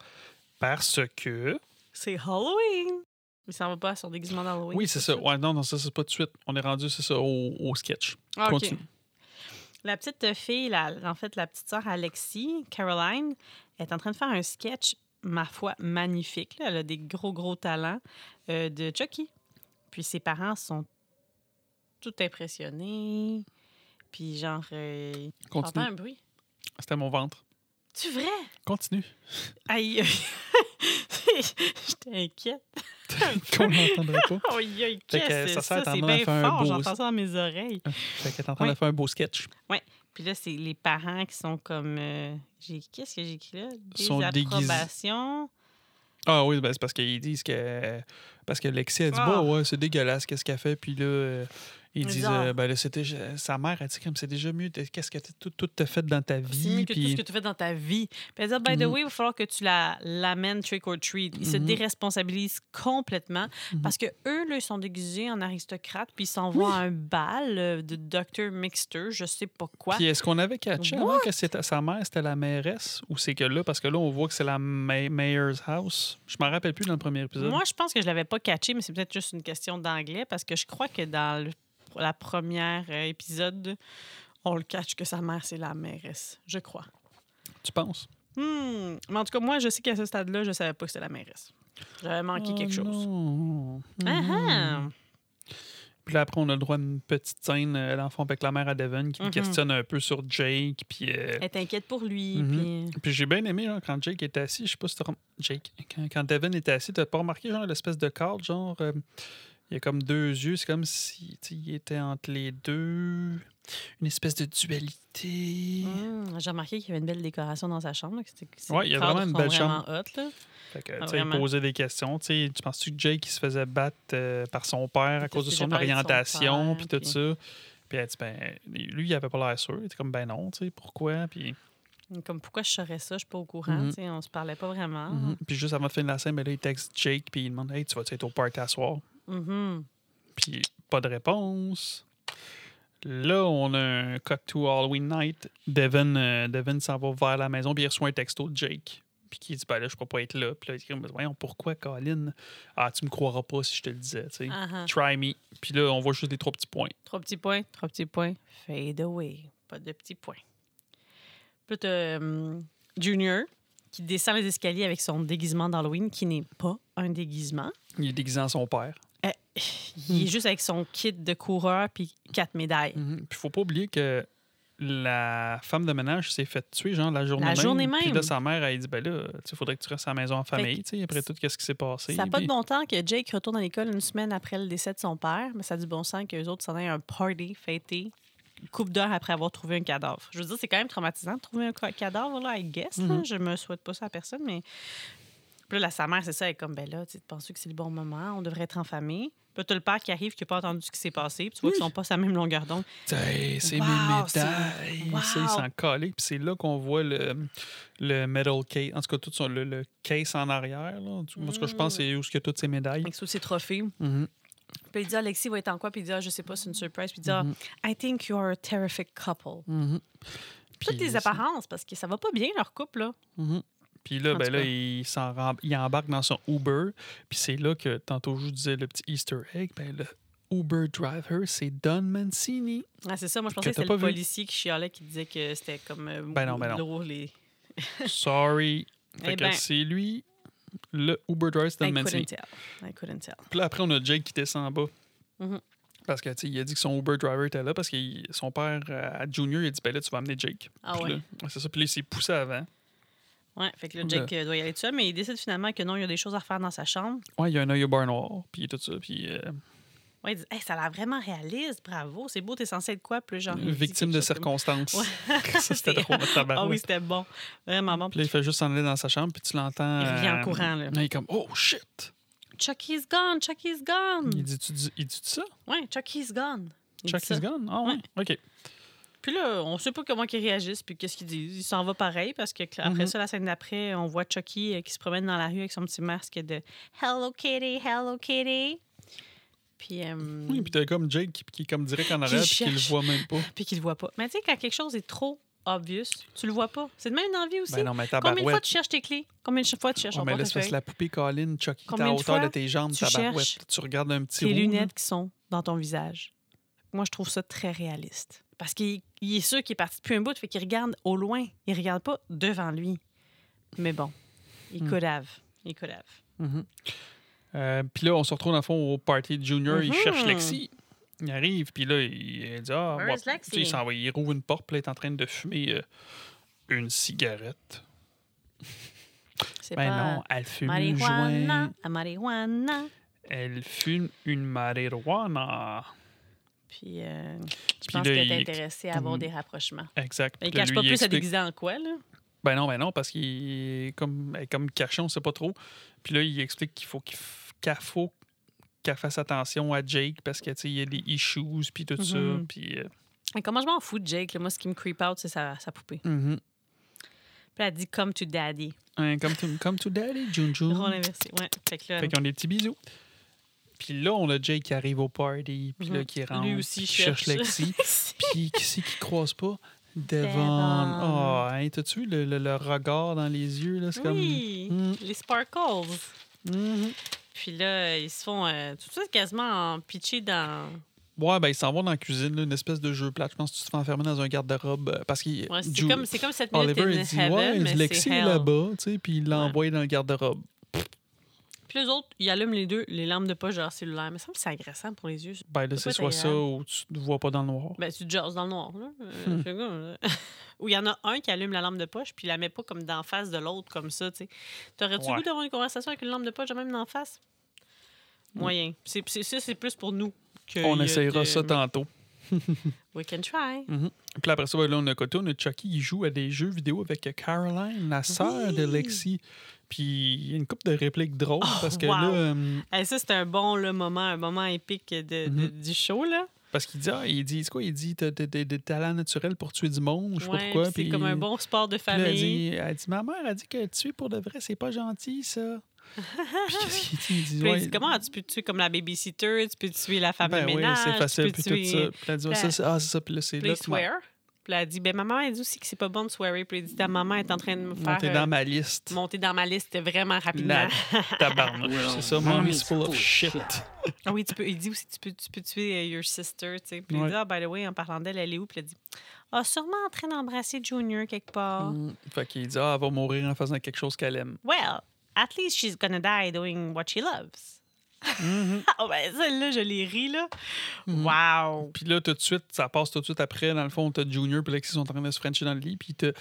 Parce que.
C'est Halloween. Il s'en va pas à son déguisement d'Halloween.
Oui, c'est ça. Ouais, non, non, ça, c'est pas tout de suite. On est rendu, c'est ça, au, au sketch.
Ah, ok.
Continue.
La petite fille, la- en fait, la petite sœur Alexis, Caroline, est en train de faire un sketch, ma foi, magnifique. là. Elle a des gros, gros talents euh, de Chucky. Puis ses parents sont tout impressionnés. Puis genre, euh, t'entends
Continue.
un bruit.
C'était mon ventre.
Tu vrai?
Continue.
Aïe, aïe. j'étais inquiète.
Qu'on n'entendrait pas.
Aïe, aïe,
Fait que
Oh, qu'est-ce
sa
que
sœur
ça?
est
C'est
en train de
bien
faire un
fort,
beau- Euh.
j'entends ça dans mes oreilles.
Fait qu'elle est en train de
Oui.
faire un beau sketch.
Puis là, c'est les parents qui sont comme. euh, j'ai, qu'est-ce que j'ai écrit là?
Sont déguisés.
Désapprobation.
Ah oui, ben c'est parce qu'ils disent que. Parce que Lexi, elle dit
Ah.
Bah ouais, c'est dégueulasse, qu'est-ce qu'elle fait. Puis là, euh, ils disent
Bizarre.
euh, Ben là, c'était. Sa mère, elle dit comme c'est déjà mieux, t'es- qu'est-ce que t'as tout, tout te fait dans ta
C'est mieux
vie.
que tout ce
Puis
que tu fais dans ta vie. Puis elle dit, oh, by the
Mhm.
way, il va falloir que tu la, l'amènes trick or treat. Ils se
Mhm.
déresponsabilisent complètement
Mhm.
parce que eux, là, ils sont déguisés en aristocrates puis ils s'en vont à un bal euh, de Dr. Mixter, je sais pas quoi.
puis est-ce qu'on avait catché avant que c'était- sa mère, c'était la mairesse Ou c'est que là, parce que là, on voit que c'est la ma- mayor's house. Je m'en rappelle plus dans le premier épisode.
Moi, je pense que je l'avais pas catché, mais c'est peut-être juste une question d'anglais parce que je crois que dans le la première euh, épisode, on le catch que sa mère, c'est la mairesse, je crois.
Tu penses
Hmm. Mais en tout cas, moi, je sais qu'à ce stade-là, je savais pas que c'était la mairesse. J'avais manqué
Oh
quelque chose.
non.
Ah
Mhm.
ah!
Puis là, après, on a le droit à une petite scène, euh, l'enfant avec la mère à Devon, qui me
Mhm.
questionne un peu sur Jake. Puis. euh,
Elle t'inquiète pour lui.
Mhm.
puis-
Puis j'ai bien aimé genre, quand Jake était assis, je sais pas si t'as rem- Jake, quand, quand Devin était assis, t'as pas remarqué genre l'espèce de cadre, genre euh, il y a comme deux yeux, c'est comme si tu sais, il était entre les deux, une espèce de dualité.
Mm, J'ai remarqué qu'il y avait une belle décoration dans sa chambre. là, que c'était- que ses
Ouais, il y a
cadres
vraiment une
sont
belle
vraiment hot, là.
Fait que,
Ah,
tu sais, il
vraiment.
posait des questions, tu sais, tu penses-tu que Jake il se faisait battre euh, par son père à
Peut-être
cause de
que
son
j'ai parlé de son
orientation
père,
puis tout
puis-
ça. Puis elle dit, ben, lui, il avait pas l'air sûr. Il était comme, ben non, tu sais, pourquoi? Puis,
Comme pourquoi je saurais ça, je suis pas au courant,
Mhm.
tu sais, on se parlait pas vraiment.
Mhm. puis juste avant de finir la scène, ben là, il texte Jake, puis il demande, hey, tu vas être au party à soir?
Mhm.
Puis, pas de réponse. Là, on a un cut to Halloween night. Devin, euh, Devin s'en va vers la maison, puis il reçoit un texto de Jake. Puis qui dit, ben là, je peux pas être là. Puis là, il dit, Ben, voyons, pourquoi, Colin? Ah, tu me croiras pas si je te le disais, tu sais.
Ah, ah.
Try me. Puis là, on voit juste les trois petits points.
Trois petits points, trois petits points. Fade away, pas de petits points. Puis là, t'as, hum, Junior qui descend les escaliers avec son déguisement d'Halloween qui n'est pas un déguisement.
Il est déguisé en son père.
Euh, il est juste avec son kit de coureur puis quatre médailles.
Mhm. Puis faut pas oublier que la femme de ménage s'est fait tuer, genre, la journée
La
même.
journée
Puis
même.
là, sa mère, elle dit, ben là, il faudrait que tu restes à la maison en famille, tu sais, après tout, qu'est-ce qui s'est passé.
Ça n'a pas
Puis-
de bon temps que Jake retourne à l'école une semaine après le décès de son père, mais ça a du bon sens qu'eux autres s'en aient un party fêté une couple d'heures après avoir trouvé un cadavre. Je veux dire, c'est quand même traumatisant de trouver un ca- cadavre, là, I guess. là.
Mhm.
Je me souhaite pas ça à personne, mais. Puis là, la- sa mère, c'est ça, elle est comme, ben là, tu sais, penses-tu que c'est le bon moment? On devrait être en famille. Puis là, t'as le père qui arrive, qui n'a pas entendu ce qui s'est passé, puis tu vois qu'ils sont pas sur la même longueur d'onde.
T'sais, C'est
Wow,
mes
c'est-
médailles.
wow.
C'est- Ils s'en collaient. Puis c'est là qu'on voit le, le metal case. En tout cas, tout son- le, le case en arrière. Là. En tout en tout cas, je pense
Mm.
que c'est où est-ce qu'il y a toutes ces médailles.
Avec tous ses trophées.
Mhm.
Puis il dit, Alexis va être en quoi? Puis il dit, ah, je sais pas, c'est une surprise. Puis il dit, ah, I think you are a terrific couple.
Mhm.
Toutes
Puis-
les apparences, parce que ça va pas bien, leur couple, là.
Mhm. Puis là,
En
ben
tout
là
cas.
il, s'en rem- il embarque dans son Uber. Puis c'est là que tantôt, je vous disais le petit Easter egg. Ben, le Uber driver, c'est Don Mancini.
Ah, c'est ça. Moi, je
Que
pensais que
t'as
c'était
pas
le
vu.
policier qui chialait, qui disait que c'était comme euh,
Ben non, ben non.
lourd, les...
Sorry. Fait
Eh
que
ben.
c'est lui, le Uber driver, c'est Don
I
Mancini.
couldn't tell. I couldn't tell.
Puis là, après, on a Jake qui descend en bas.
Mhm.
Parce que, tu sais, il a dit que son Uber driver était là parce que il- son père, euh, à Junior, il a dit Ben là, tu vas amener Jake.
Ah
Puis
ouais.
là, c'est ça. Puis là, il s'est poussé avant.
Ouais, fait que là,
Le-
Jake euh, doit y aller tout seul, mais il décide finalement que non, il y a des choses à refaire dans sa chambre.
Ouais, il y a un œil au beurre noir. Puis tout ça. Puis euh,
Ouais, il dit Hey, ça a l'air vraiment réaliste, bravo, c'est beau, t'es censé être quoi? Puis là, genre. Ah, il dit
victime
quelque
de
chose comme-
circonstances. ça,
C'est-
c'était drôle,
Ah oui,
tabarouette.
c'était bon. Vraiment bon.
Puis là, il fait juste s'en aller dans sa chambre. Puis tu l'entends.
Il revient en
euh,
courant, là.
Il est comme Oh shit
Chucky's gone, Chucky's gone.
Il dit Tu dis il dit ça
Ouais, Chucky's gone. Hmm. Il dit
Chuck
ça.
is gone Ah ouais. OK.
Puis là, on sait pas comment ils réagissent, puis qu'est-ce qu'ils disent. Il s'en va pareil, parce que cl- après
Mhm.
ça, la scène d'après, on voit Chucky euh, qui se promène dans la rue avec son petit masque de Hello Kitty, Hello Kitty. Puis, euh,
Oui, puis t'as comme Jake qui, qui est comme direct en arrière. Puis qu'il le
cherche.
voit même pas.
puis qu'il le voit pas. Mais tu sais, quand quelque chose est trop obvious, tu le vois pas. C'est de même dans la vie aussi.
Ben non, mais
Combien de fois
tabarouette.
tu cherches tes clés? Combien de fois tu cherches
Ouais,
ton
mais là, c'est parce
portefeuille?
que la poupée Colin, Chucky, t'es à
Combien de
hauteur de
fois
tes jambes,
tu
tabarouette.
cherches
Tu regardes un petit
tes
roux, là.
lunettes qui sont dans ton visage. Moi, je trouve ça très réaliste. Parce qu'il il est sûr qu'il est parti depuis un bout, fait qu'il regarde au loin. Il regarde pas devant lui. Mais bon, il
Hmm.
could have. Il could have.
Mhm. Euh, puis là, on se retrouve dans le fond au party de Junior. Il
Mhm.
cherche Lexi. Il arrive, puis là, il, il dit Ah,
Where
moi,
is Lexi?
tu sais, il s'en va, il rouvre une porte, puis là, il est en train de fumer euh, une cigarette.
C'est
Ben
pas
non, elle fume une
marijuana,
joint.
à marijuana.
Elle fume une marijuana.
Puis, euh, je
Puis
pense
là,
qu'elle est
il-
intéressée à avoir
Mm.
des rapprochements.
Exact.
Mais il
Puis là,
cache
lui,
pas
il
plus à
explique-
déguiser en quoi, là.
Ben non, ben non, parce qu'il est comme, elle est comme caché, on sait pas trop. Puis là, il explique qu'il faut qu'il f- qu'elle faut qu'elle fasse attention à Jake parce que tu sais, il y a des issues puis tout ça
Mhm.
puis euh,
Mais comment je m'en fous de Jake? là? Moi, ce qui me creep out, c'est sa, sa poupée.
mhm.
Puis elle dit « Come to daddy
Hein, comme to, comme to daddy Junjun. ».
Rôle inversé, ouais. Fait que là,
Fait qu'on a des petits bisous. Puis là, on a Jake qui arrive au party, puis là,
Mhm.
qui rentre,
Lui aussi
puis qui cherche,
cherche.
Lexi. puis qui c'est qui croise pas? Devon.
Devon.
Oh, hein, t'as-tu vu le, le- le regard dans les yeux? là C'est
oui,
Mm.
les sparkles.
comme... Mhm.
Puis là, ils se font euh, tout ça quasiment en pitché dans.
Ouais, ben, ils s'en vont dans la cuisine, là, une espèce de jeu plat. Je pense que tu te fais enfermer dans un garde-robe euh, parce qu'il...
Ouais, c'est
Ju-
comme c'est comme cette minute
Oliver,
in
il dit,
heaven,
ouais,
mais
Lexi
c'est
est
hell.
là-bas, tu sais, puis il l'envoie dans le garde-robe.
Puis les autres, ils allument les deux les lampes de poche de leur cellulaire. Mais ça me semble que c'est agressant pour les yeux.
Ben, là,
C'est
c'est
pas
soit ça
agréable.
ou tu te vois pas dans le noir.
Ben, tu te jases dans le noir. Là.
Hmm.
Euh, c'est comme, euh, Ou il y en a un qui allume la lampe de poche, puis il la met pas comme d'en face de l'autre, comme ça, tu sais. T'aurais-tu
Ouais.
le goût d'avoir une conversation avec une lampe de poche, de même d'en face? Moyen. C'est, c'est- ça, c'est plus pour nous que.
Hmm. on
il y a
essayera
de-
ça tantôt.
We can try.
Puis après ça, ben là, on a Koto, on a Chucky, il joue à des jeux vidéo avec Caroline, la sœur de Lexi. Puis il y a une coupe de répliques drôles parce que
Oh, wow.
là, euh,
Hey, ça, c'est un bon là, moment, un moment épique de, de-
Mhm.
du show. Là.
Parce qu'il dit, ah, il dit, c'est quoi, il dit, t'as t'as- t'as des talents naturels pour tuer du monde, je sais pas
Ouais,
pourquoi.
puis C'est
puis-
comme un bon sport de
puis là, elle
famille.
dit, elle dit, ma mère a dit que tuer pour de vrai, c'est pas gentil, ça. puis qu'est-ce qu'il dit? Il dit,
Puis là, il
ouais,
dit, comment tu peux tuer comme la babysitter, tu peux tuer la femme
ben
de
oui,
ménage,
c'est facile,
tu peux
puis tout ça.
tuer...
Puis elle dit, ouais,
Puis
ça, c'est- ah, c'est ça, puis là, c'est
Puis
là
là, il
que ma-
swear. Puis là, elle dit, ben maman, elle dit aussi que c'est pas bon de swearer. Puis elle dit, ta maman est en train de me faire
monter
euh,
dans ma liste.
monter dans ma liste vraiment rapidement.
La tabarnouche, c'est ça, mommy's full of shit.
Ah oui, tu peux, il dit aussi, tu peux, tu peux tuer euh, your sister, tu sais. Puis
Ouais.
il dit, ah, by the way, en parlant d'elle, elle est où? Puis elle dit, ah, sûrement en train d'embrasser Junior quelque part.
Mm. Fait qu'il dit, ah, elle va mourir en faisant quelque chose qu'elle aime.
Well, at least she's gonna die doing what she loves.
Mhm.
Ah, ben celle-là, je l'ai ri, là.
Mm.
Wow!
Puis là, tout de suite, ça passe tout de suite après. Dans le fond, t'as Junior puis Lexi sont en train de se frencher dans le lit. Puis t'as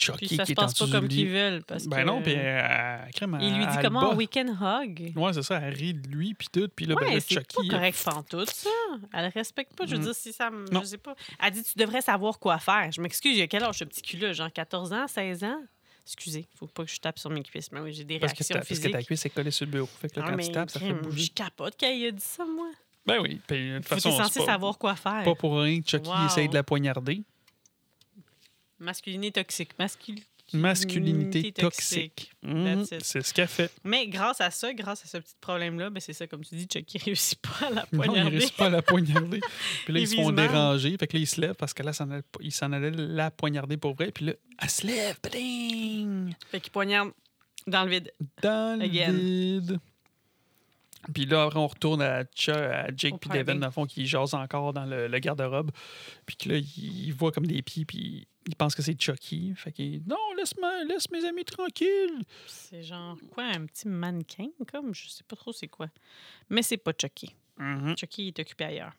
Chucky
Puis ça
qui
se
est en
passe pas
dessous du
comme
lit.
qu'ils veulent. Parce
Ben
que-
non, puis euh, crème,
Il lui
elle-
dit
elle
comment
bat.
we can hug.
Ouais, c'est ça, elle rit de lui, puis tout. Puis là, ben,
Ouais,
là,
c'est pas
Chucky.
correct pantoute, ça. Elle respecte pas. Je veux
Mm.
dire, si ça me.
Non.
Je sais pas. Elle dit, tu devrais savoir quoi faire. Je m'excuse, il y a quel âge ce petit cul-là? Genre 14 ans, 16 ans? Excusez, faut pas que je tape sur mes cuisses. Mais oui, j'ai des
euh, Parce que,
réactions
ta, parce que
physiques.
ta cuisse est collée sur le bureau. Fait que là,
Ah,
quand
mais
tu tapes, ça fait
crime,
bouger.
Je capote quand il a dit ça, moi.
Ben oui. Puis de toute
Faut t'es
façon,
censé
c'est pas,
savoir quoi faire.
pas pour rien que Chucky
Wow.
essaye de la poignarder.
Masculinité toxique. Mascul-
Masculinité toxique. Mhm,
That's it.
C'est ce qu'elle fait.
Mais grâce à ça, grâce à ce petit problème-là, ben c'est ça, comme tu dis, Chucky réussit pas à la
Non, ils
poignarder.
réussissent pas à la poignarder. Puis là, ils
Ils
se font
visent mal.
déranger. Fait que là, ils se lèvent parce que là, s'en allait- ils s'en allaient la poignarder pour vrai. Puis là, elle se lève. Bading!
Fait qu'il poignarde dans le vide.
Dans le
Again.
vide. Puis là, après, on retourne à, Ch- à Jake
Au
puis
party.
Devin, dans le fond, qui jasent encore dans le, le garde-robe. Puis que là, il, il voit comme des pieds, puis il pense que c'est Chucky. Fait qu'il dit, Non, laisse-moi- laisse mes amis tranquilles.
C'est genre quoi, un petit mannequin, comme je sais pas trop c'est quoi. Mais c'est pas Chucky.
Mhm.
Chucky il est occupé ailleurs.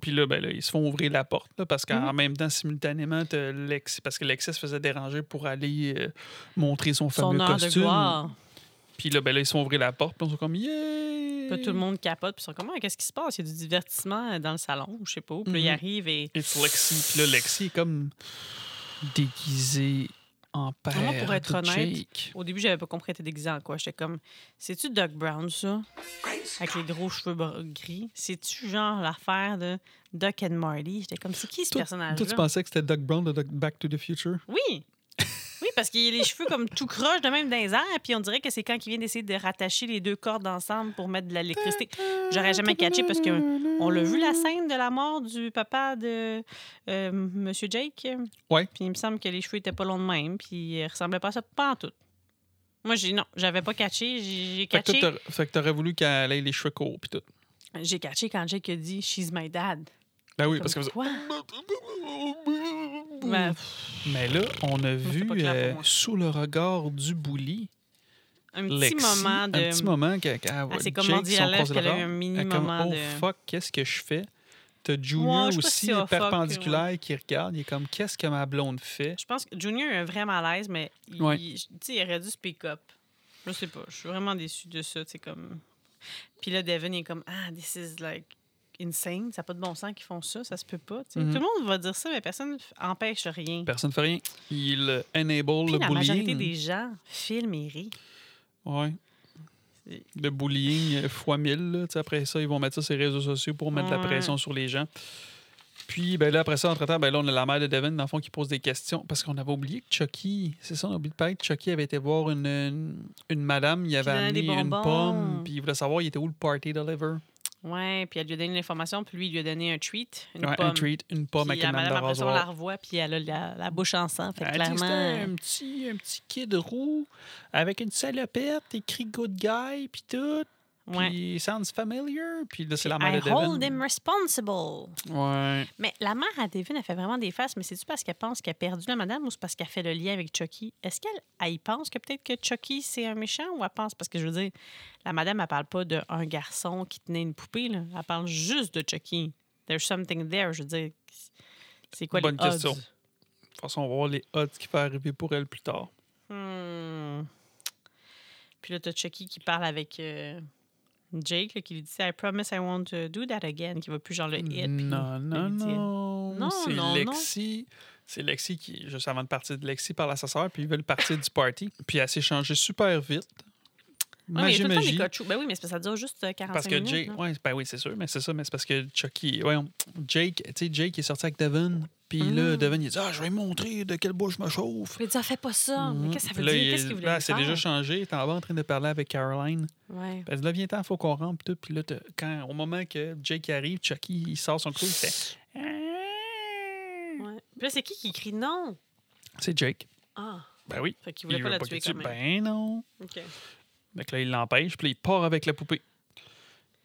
Puis là, ben là, ils se font ouvrir la porte là, parce qu'en
Mhm.
même temps, simultanément, t'as Lex, parce que Lexi se faisait déranger pour aller euh, montrer son fameux
Son heure de
costume.
gloire.
Puis là, ben là, ils se font ouvrir la porte, puis on sont comme Yay!
Puis là, tout le monde capote, puis ils sont comme Ah, qu'est-ce qui se passe Il y a du divertissement euh, dans le salon, ou je sais pas où. Puis là, il
Mhm.
arrive et
It's Lexi. Puis là, Lexi est comme déguisée en père.
Vraiment, pour être
de
honnête,
Jake.
au début, j'avais pas compris, elle était déguisée en quoi. J'étais comme C'est-tu Doc Brown, ça Avec les gros cheveux br- gris. C'est-tu genre l'affaire de Doc and Marty J'étais comme C'est qui ce
Toi-
personnage-là
Toi, tu pensais que c'était Doc Brown de Doc- Back to the Future?
Oui. Oui, parce qu'il a les cheveux comme tout croche de même dans les airs, puis on dirait que c'est quand il vient d'essayer de rattacher les deux cordes ensemble pour mettre de l'électricité. J'aurais jamais catché parce que On l'a vu la scène de la mort du papa de euh, Monsieur Jake.
Ouais.
Puis il me semble que les cheveux étaient pas longs de même, puis il ressemblait pas à ça pas en tout. Moi j'ai non, j'avais pas catché, j'ai j'ai
Fait que toi,
catché.
t'aurais- fait que t'aurais voulu qu'elle ait les cheveux courts, puis tout.
J'ai catché quand Jake a dit she's my dad.
Ben oui,
Comme
parce que vous-
quoi? Ben,
Mais là, on a
c'était
vu
pas clair pour
euh,
moi.
sous le regard du bully,
un petit
Lexi,
moment de
un petit moment que, que-
Ah, c'est
Jake,
comme Mandy
son
Alef
croisé le
qu'elle a eu
regard,
un
elle
mini
est comme,
moment
oh
de
fuck, qu'est-ce que je fais? T'as Junior
je sais pas si c'est
aussi, il est
oh, fuck,
perpendiculaire, qui regarde, il est comme, qu'est-ce que ma blonde fait?
Je pense que Junior a un vrai malaise, mais il,
Ouais.
il- tu sais, il aurait dû speak up. Je sais pas. Je suis vraiment déçue de ça. tu sais, Comme... Puis là, Devin il est comme Ah, this is like insane. Ça n'a pas de bon sens qu'ils font ça. Ça se peut pas. tu sais.
Mhm.
Tout le monde va dire ça, mais personne f- empêche rien.
Personne ne fait rien. Il euh, enable
Puis
le
la majorité
bullying.
des gens filment et rient.
Ouais.
C'est-
Le bullying euh, fois 1000. là. Tu sais, Après ça, ils vont mettre ça sur les réseaux sociaux pour mettre de la
Ouais.
pression sur les gens. Puis ben là, après ça, entre-temps, ben là, on a la mère de Devin, dans le fond, qui pose des questions. Parce qu'on avait oublié que Chucky, c'est ça, on a oublié de parler que Chucky avait été voir une, une, une madame, il avait
donnait
amené
des
une
bonbons.
pomme, puis il voulait savoir, il était où le party deliver?
Ouais, puis elle lui a donné l'information, puis lui, il lui a donné un treat. Une
Ouais,
pomme.
Un treat, une pomme
Puis
avec
la
une lame de
madame, après ça, on la
rasoir.
revoit, puis elle a la, la bouche en sang. Fait que
Elle dit,
clairement.
c'était un petit, un petit kid roux avec une salopette, écrit Good Guy, puis tout.
ouais.
Puis sounds familiar. Puis là, c'est la mère
I
de Devin.
hold him responsible.
Ouais.
Mais la mère à Devin, elle fait vraiment des faces, mais c'est-tu parce qu'elle pense qu'elle a perdu la madame ou c'est parce qu'elle fait le lien avec Chucky? Est-ce qu'elle elle y pense que peut-être que Chucky, c'est un méchant ou elle pense? Parce que je veux dire, la madame, elle parle pas d'un garçon qui tenait une poupée, là. Elle parle juste de Chucky. There's something there, je veux dire. C'est quoi
Bonne
les odds?
question. De toute façon, on va voir les odds qui va arriver pour elle plus tard.
Hmm. Puis là, t'as Chucky qui parle avec euh, Jake, là, qui lui dit « I promise I won't uh, do that again », qui va plus genre le hit. puis
non, non,
le dit.
non.
Non,
C'est
non, non.
Lexi. C'est Lexi qui, juste avant de partir de Lexi, parle à sa sœur, puis ils veulent partir du party. Puis elle s'est changée super vite.
Ouais, mais il y a tout le temps des
Magie-magie.
caoutchoucs. Ben oui, mais c'est parce que ça dure juste euh, 45
Parce que
minutes.
Jake,
là.
ouais, ben oui, c'est sûr, mais c'est ça, mais c'est parce que Chucky, voyons, Jake, tu sais, Jake est sorti avec Devon, puis là,
Mm.
Devon, il dit Ah, je vais lui montrer de quelle bois je me chauffe.
Puis il dit, Ah, fais pas ça. Mais
Mhm.
qu'est-ce que ça
Puis
veut
là,
dire?
il-
Qu'est-ce qu'il voulait
Là,
lui
c'est
faire?
déjà changé, il est en bas en train de parler avec Caroline.
Ouais.
Ben, là, viens-t'en, faut qu'on rentre, puis tout. Puis là, t'as- quand, au moment que Jake arrive, Chucky, il sort son clou, il fait
ouais. Puis là, c'est qui qui crie non?
C'est Jake.
Ah,
Ben oui.
fait qu'il voulait pas
veut
la
qu'il
tuer
tue.
quand même.
Ben non.
OK.
Donc là, il l'empêche, puis là, il part avec la poupée.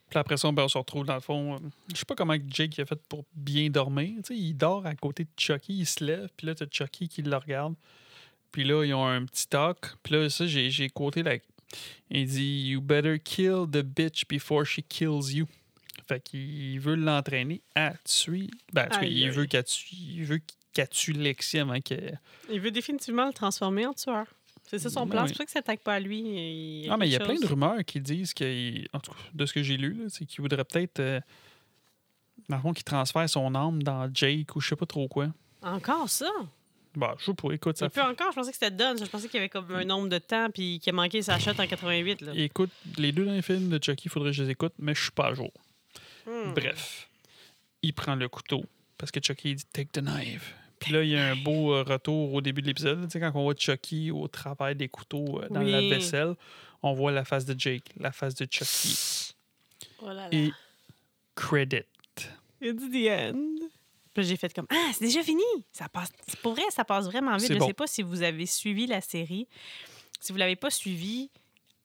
Puis après ça, ben, on se retrouve dans le fond. euh, Je sais pas comment que Jake a fait pour bien dormir. Tu sais, il dort à côté de Chucky, il se lève, puis là, t'as Chucky qui le regarde. Puis là, ils ont un petit talk. Puis là, ça, j'ai, j'ai quoté la. Il dit You better kill the bitch before she kills you. Fait qu'il veut l'entraîner à tuer. Ben, en tout cas,
Aïe,
il
aïe.
veut qu'elle tue, il veut qu'elle tue Lexi avant qu'elle.
Il veut définitivement le transformer en tueur. C'est ça son
Oui.
plan. C'est pour ça que ça attaque pas à lui. Il
Mm-hmm. Ah, mais il y a
quelque
plein de
chose.
rumeurs qui disent que, en tout cas, de ce que j'ai lu, là, c'est qu'il voudrait peut-être, euh, dans le fond, qu'il transfère son âme dans Jake ou je sais pas trop quoi.
Encore ça?
Bah, je sais pas, écoute,
Et
ça
puis encore, je pensais que c'était Dunn. Je pensais qu'il y avait comme un nombre de temps puis qu'il a manqué sa shot en 88. Là.
Écoute, les deux derniers films de Chucky, il faudrait que je les écoute, mais je suis pas à jour.
Hmm.
Bref, il prend le couteau parce que Chucky il dit Take the knife. Puis là, il y a un beau euh, retour au début de l'épisode. là, Tu sais, quand on voit Chucky au travers des couteaux euh, dans
Oui.
la vaisselle, on voit la face de Jake, la face de Chucky.
Oh là là.
Et credit.
Il dit the end. Puis j'ai fait comme Ah, c'est déjà fini. Ça passe. c'est Pour vrai, ça passe vraiment vite.
C'est
Je
bon.
sais pas si vous avez suivi la série. Si vous l'avez pas suivi,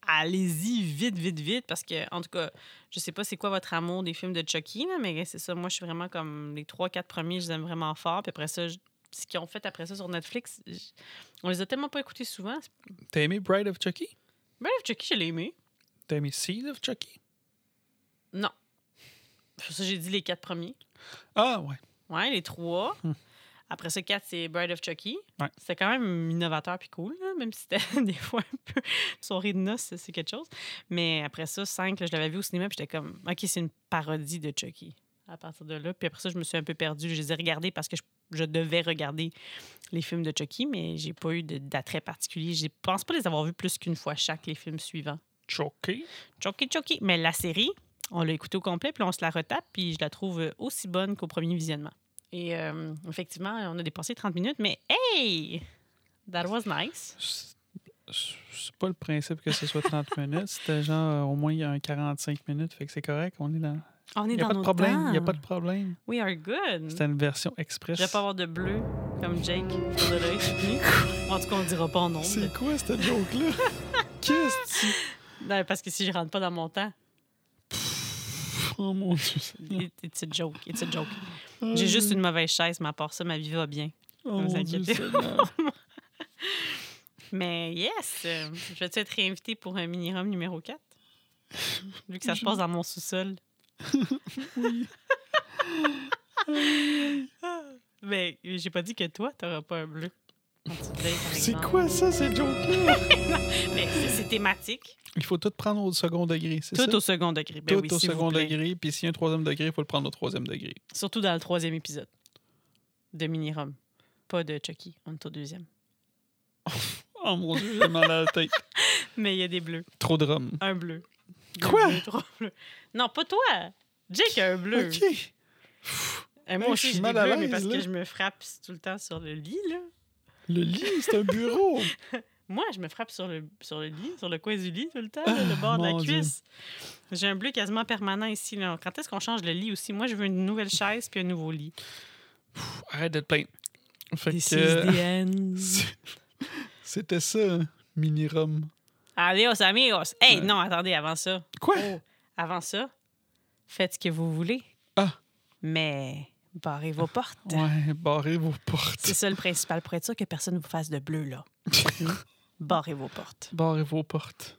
allez-y vite, vite, vite. Parce que, en tout cas, je sais pas c'est quoi votre amour des films de Chucky, là, mais c'est ça. Moi, je suis vraiment comme les trois, quatre premiers, je les aime vraiment fort. Puis après ça, je- ce qu'ils ont fait après ça sur Netflix, je- on les a tellement pas écoutés souvent.
T'as aimé Bride of Chucky?
Bref, Chucky, je l'ai aimé.
T'as aimé Seed of Chucky?
Non. Pour ça, j'ai dit les quatre premiers.
Ah, ouais.
Ouais, les trois.
Hmm.
Après ça, quatre, c'est Bride of Chucky.
Ouais.
C'était quand même innovateur puis cool, là, même si c'était des fois un peu soirée de noces, c'est quelque chose. Mais après ça, cinq, là, je l'avais vu au cinéma puis j'étais comme, OK, c'est une parodie de Chucky à partir de là. Puis après ça, je me suis un peu perdue. Je les ai regardés parce que je, je devais regarder les films de Chucky, mais j'ai pas eu de- d'attrait particulier. Je pense pas les avoir vus plus qu'une fois chaque, les films suivants.
Chucky?
Chucky, Chucky. Mais la série, on l'a écoutée au complet, puis on se la retape, puis je la trouve euh, aussi bonne qu'au premier visionnement. Et euh, effectivement, on a dépassé 30 minutes, mais hey! That was nice.
C'est c'est pas le principe que ce soit 30 minutes. C'était genre euh, au moins il y a un 45 minutes. Fait que c'est correct. On est dans.
On est
Il n'y a
dans
pas de
nos
problème.
temps.
Il n'y a pas de problème.
We are good.
C'était une version
Je vais
express.
pas avoir de bleu comme Jake pour de l'œil fini. En tout cas, on dira pas en nombre.
C'est quoi cette joke-là? Qu'est-ce que
Non, parce que si je rentre pas dans mon temps,
tu. Oh mon dieu. Seigneur.
it- it's a joke. It's a joke. J'ai
Mm.
juste une mauvaise chaise, mais à part ça, ma vie va bien.
Oh
vous
mon dieu.
inquiétez.
Seigneur.
Mais yes, euh, je vais-tu être réinvitée pour un mini-rum numéro 4? Vu que ça se
Je-
passe dans mon sous-sol. Mais j'ai pas dit que toi, t'auras pas un bleu. quand tu te lèves, par
C'est
exemple.
quoi ça, cette joke-là?
Mais c'est c'est thématique.
Il faut tout prendre au second degré, c'est ça?
Tout au second degré. Ben
Tout
oui,
au
s'il vous
second
plaît.
degré. Puis s'il y a un troisième degré, il faut le prendre au troisième degré.
Surtout dans le troisième épisode de mini-rum. Pas de Chucky, on est au deuxième.
Oh mon dieu, j'ai mal à la tête.
Mais il y a des bleus.
Trop de rhum.
Un bleu. Deux
Quoi?
bleus, trois bleus. Non, pas toi. Jake a un bleu.
OK.
Eh, moi
Hey, je
aussi,
suis
j'ai des
mal à
bleus, mais
l'aise,
parce
là.
que je me frappe tout le temps sur le lit, là.
Le lit, c'est un bureau.
Moi, je me frappe sur le, sur le lit, sur le coin du lit tout le temps,
Ah,
là, le bord de la
mon Dieu.
cuisse. J'ai un bleu quasiment permanent ici. Là. Quand est-ce qu'on change le lit aussi? Moi, je veux une nouvelle chaise puis un nouveau lit.
Arrête d'être plein. Fait
This
que,
is the end.
c'est- c'était ça, hein, mini-rum.
Adios, amigos. Hey,
Ouais.
non, attendez, avant ça. Oh,
Quoi?
Avant ça, faites ce que vous voulez.
Ah.
Mais barrez vos portes.
Ouais, barrez vos
C'est
portes.
ça le principal pour être sûr que personne ne vous fasse de bleu, là. Hmm? barrez vos portes.
Barrez vos portes.